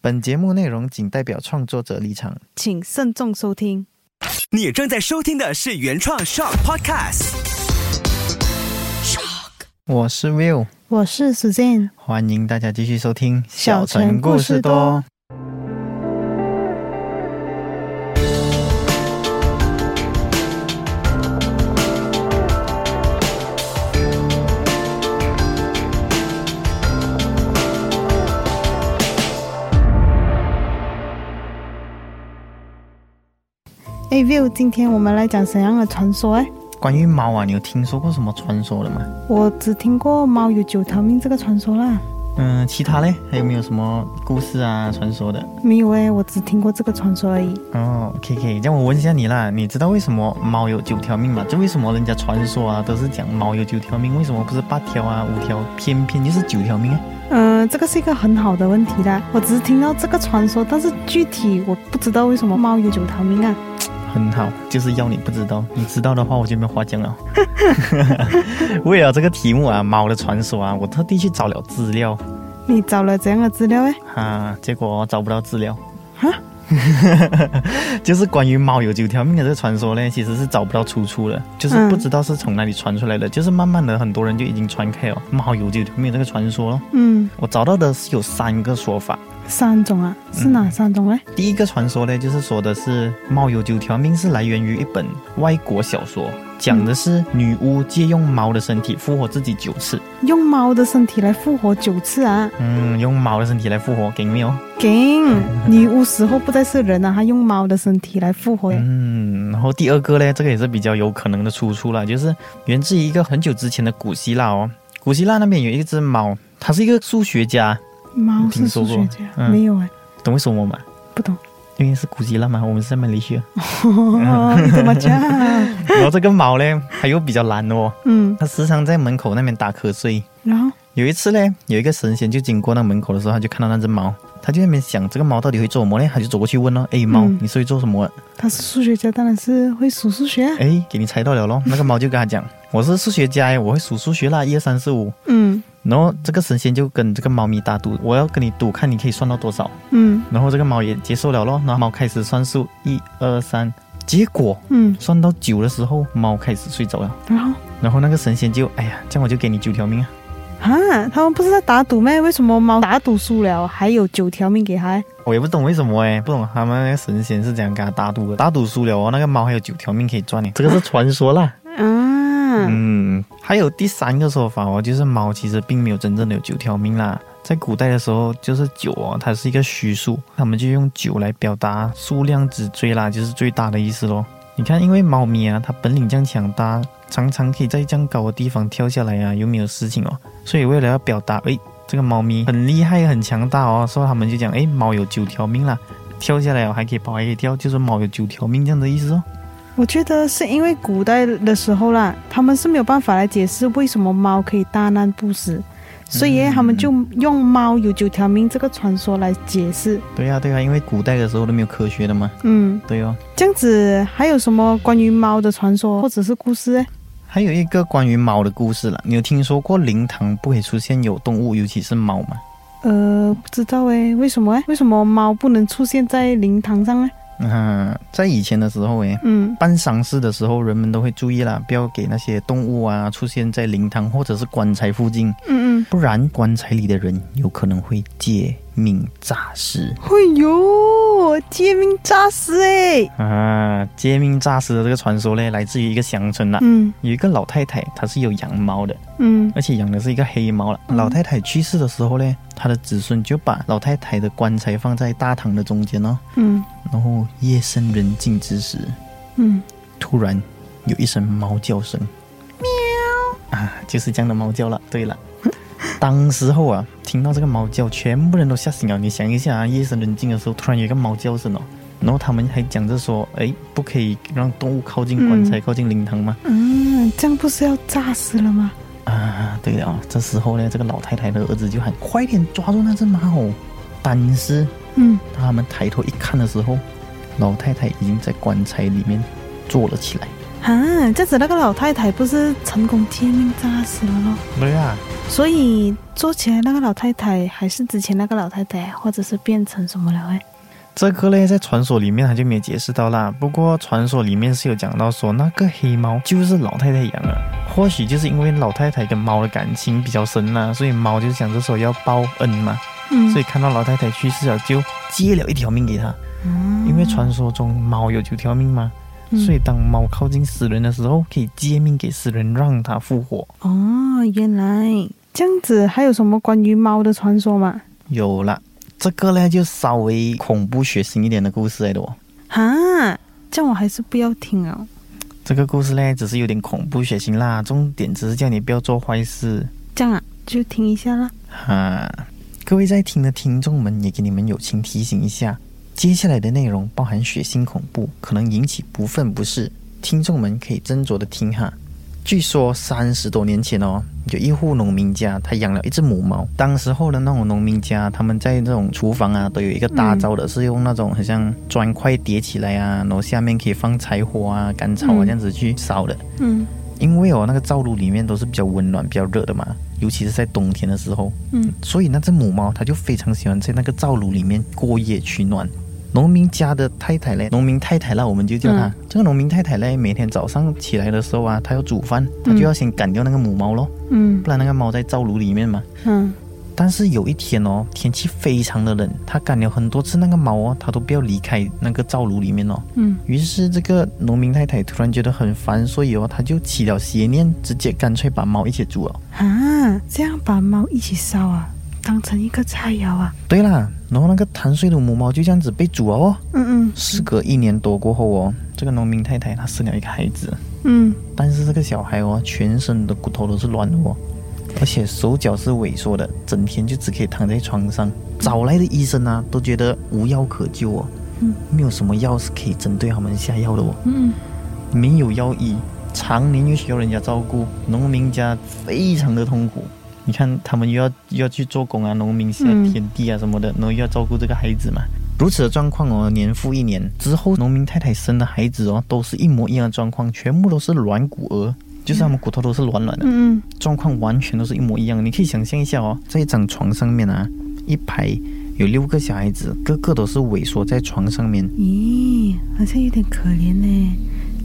本节目内容仅代表创作者立场。请慎重收听。你正在收听的是原创 Shock Podcast。我是 Will，我是 Suzanne，欢迎大家继续收听《小城故事多》。哎，View，今天我们来讲怎样的传说？哎，关于猫啊，你有听说过什么传说的吗？我只听过猫有九条命这个传说啦，嗯，其他嘞，还有没有什么故事啊、传说的？没有哎，我只听过这个传说而已。哦，K K，这样我问一下你啦，你知道为什么猫有九条命吗？就为什么人家传说啊都是讲猫有九条命，为什么不是八条啊、五条，偏偏就是九条命啊？嗯、这个是一个很好的问题啦。我只是听到这个传说，但是具体我不知道为什么猫有九条命啊。很好，就是要你不知道，你知道的话我就没有话讲了。 为了这个题目啊，猫的传说啊，我特地去找了资料你找了怎样的资料哎？啊，结果找不到资料。哈， 就是关于猫有九条命的这个传说呢，其实是找不到出处的，就是嗯不知道是从哪里传出来的，就是慢慢的很多人就已经传开了猫有九条命这个传说咯。嗯，我找到的是有三个说法，三种啊，是哪三种嘞？第一个传说呢，就是说的是猫有九条命是来源于一本外国小说，讲的是女巫借用猫的身体复活自己九次，用猫的身体来复活九次啊！嗯，用猫的身体来复活，给没有？顶，女巫死后不再是人啊，她用猫的身体来复活。嗯，然后第二个呢，这个也是比较有可能的出处了，就是源自于一个很久之前的古希腊哦，古希腊那边有一只猫，它是一个数学家，猫是数学你家听说过、嗯没有哎，懂为什么吗？不懂。因为是古希腊嘛，我们是在马来西亚。哦，嗯 你怎 么讲？然后这个猫呢，它又比较懒哦，嗯，它时常在门口那边打瞌睡。然后有一次呢，有一个神仙就经过那门口的时候，他就看到那只猫，他就在那边想这个猫到底会做什么呢？他就走过去问咯，哎，猫，嗯你是会做什么的？他是数学家，当然是会数数学啊。哎，给你猜到了咯。那个猫就跟他讲，我是数学家耶，我会数数学啦，一二三四五。嗯然后这个神仙就跟这个猫咪打赌，我要跟你赌，看你可以算到多少。嗯然后这个猫也接受了咯，然后猫开始算数，一二三，结果嗯，算到九的时候，猫开始睡着了。然后然后那个神仙就，哎呀，这样我就给你九条命啊。啊，他们不是在打赌咩？为什么猫打赌输了还有九条命给他？我也不懂为什么哎，不懂他们那个神仙是怎样跟他打赌的，打赌输了哦，那个猫还有九条命可以赚呢，这个是传说啦。啊，嗯，还有第三个说法哦，就是猫其实并没有真正的有九条命啦，在古代的时候，就是九哦，它是一个虚数，他们就用九来表达数量之最啦，就是最大的意思咯。你看，因为猫咪啊，它本领这样强大，常常可以在这样高的地方跳下来啊，有没有事情哦？所以为了要表达，诶，这个猫咪很厉害、很强大哦，所以他们就讲，诶，猫有九条命啦，跳下来哦还可以跑，还可以跳，就是猫有九条命这样的意思哦。我觉得是因为古代的时候啦，他们是没有办法来解释为什么猫可以大难不死，所以嗯他们就用猫有九条命这个传说来解释。对呀、对呀、啊因为古代的时候都没有科学的嘛。嗯，对哦。这样子还有什么关于猫的传说或者是故事诶？还有一个关于猫的故事啦，你有听说过灵堂不可以出现有动物，尤其是猫吗？呃，不知道诶，为什么诶？为什么猫不能出现在灵堂上呢？嗯、在以前的时候诶，嗯办丧事的时候，人们都会注意啦，不要给那些动物啊出现在灵堂或者是棺材附近，嗯嗯，不然棺材里的人有可能会借命诈尸哎呦，借命诈尸诶！啊！借命诈尸的这个传说嘞，来自于一个乡村啦。嗯有一个老太太，她是有养猫的，嗯，而且养的是一个黑猫了。嗯老太太去世的时候嘞，她的子孙就把老太太的棺材放在大堂的中间哦。嗯然后夜深人静之时，嗯，突然有一声猫叫声，喵啊，就是这样的猫叫了。对了， 当时候啊，听到这个猫叫，全部人都吓醒了。你想一下啊，夜深人静的时候，突然有一个猫叫声哦，然后他们还讲着说，哎，不可以让动物靠近棺材、靠近灵堂吗？嗯，这样不是要炸死了吗？啊，对了啊，这时候呢，这个老太太的儿子就喊，快点抓住那只猫。但是嗯，当他们抬头一看的时候，老太太已经在棺材里面坐了起来。啊，哈，这样子那个老太太不是成功接命炸死了咯？对啊，所以做起来那个老太太还是之前那个老太太，或者是变成什么了？哎，这个嘞，在传说里面他就没有解释到啦。不过传说里面是有讲到说，那个黑猫就是老太太养的，或许就是因为老太太跟猫的感情比较深啦，所以猫就想着说要报恩嘛，嗯所以看到老太太去世了，就借了一条命给她。因为传说中猫有九条命嘛，嗯所以当猫靠近死人的时候，可以借命给死人，让它复活。哦，原来这样子，还有什么关于猫的传说吗？有了，这个呢就稍微恐怖血腥一点的故事来的哦。哈，这样我还是不要听哦了。这个故事呢，只是有点恐怖血腥啦，重点只是叫你不要做坏事这样啊，就听一下啦。哈。呃各位在听的听众们，也给你们友情提醒一下，啊接下来的内容包含血腥恐怖，可能引起部分不适，听众们可以斟酌的听哈。据说三十多年前哦，有一户农民家，他养了一只母猫。当时候的那种农民家，他们在那种厨房啊，都有一个大招的，是用那种很像砖块叠起来啊，然后下面可以放柴火啊、干草啊嗯这样子去烧的。嗯因为哦，那个灶炉里面都是比较温暖、比较热的嘛，尤其是在冬天的时候，嗯所以那只母猫它就非常喜欢在那个灶炉里面过夜取暖。农民家的太太嘞，农民太太啦，我们就叫她。嗯这个农民太太嘞，每天早上起来的时候啊，她要煮饭，她就要先赶掉那个母猫咯，嗯不然那个猫在灶炉里面嘛。嗯，但是有一天哦，天气非常的冷，她赶了很多次那个猫哦，它都不要离开那个灶炉里面哦。嗯于是这个农民太太突然觉得很烦，所以哦，她就起了邪念，直接干脆把猫一起煮哦了。哈，这样把猫一起烧啊，当成一个菜肴啊。对啦，然后那个贪睡的母猫就这样子被煮了哦。嗯事隔一年多过后哦，这个农民太太她生了一个孩子，嗯嗯，但是这个小孩哦，全身的骨头都是软的哦，而且手脚是萎缩的，整天就只可以躺在床上。找来的医生啊，都觉得无药可救哦，嗯没有什么药是可以针对他们下药的哦。嗯没有药医，常年又需要人家照顾，农民家非常的痛苦。你看，他们又要又要去做工啊，农民下嗯田地啊什么的，然后又要照顾这个孩子嘛。如此的状况哦，年复一年之后，农民太太生的孩子哦，都是一模一样的状况，全部都是软骨儿，就是他们骨头都是软软的。嗯状况完全都是一模一样。你可以想象一下哦，在一张床上面啊，一排有六个小孩子，个个都是萎缩在床上面。嗯，咦，好像有点可怜呢。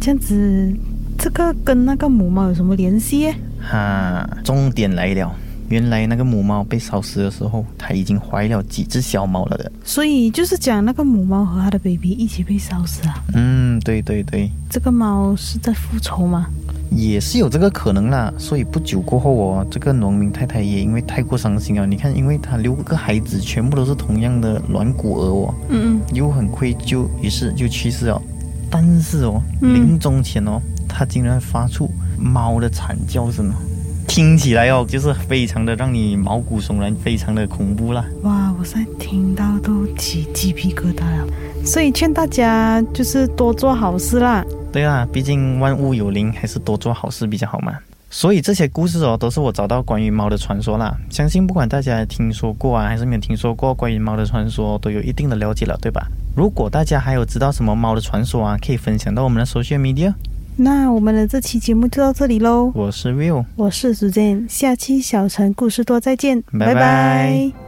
这样子，这个跟那个母猫有什么联系耶？哈、重点来了，原来那个母猫被烧死的时候，它已经怀了几只小猫了的。所以就是讲那个母猫和它的 baby 一起被烧死啊。嗯，对对对，这个猫是在复仇吗？也是有这个可能啦。所以不久过后哦，这个农民太太也因为太过伤心啊了。你看，因为她六个孩子全部都是同样的软骨儿哦，嗯又很愧疚，于是就去世了。但是哦，嗯临终前哦，它竟然发出猫的惨叫声哦，听起来哦，就是非常的让你毛骨悚然，非常的恐怖啦。嗯，哇，我现在听到都起鸡皮疙瘩了。所以劝大家就是多做好事啦。对啊，毕竟万物有灵，还是多做好事比较好嘛。所以这些故事哦，都是我找到关于猫的传说啦。相信不管大家听说过啊，还是没有听说过关于猫的传说，都有一定的了解了，对吧？如果大家还有知道什么猫的传说啊，可以分享到我们的 social media。那我们的这期节目就到这里喽，我是 Will。我是 Suzanne，下期小城故事多再见，拜拜拜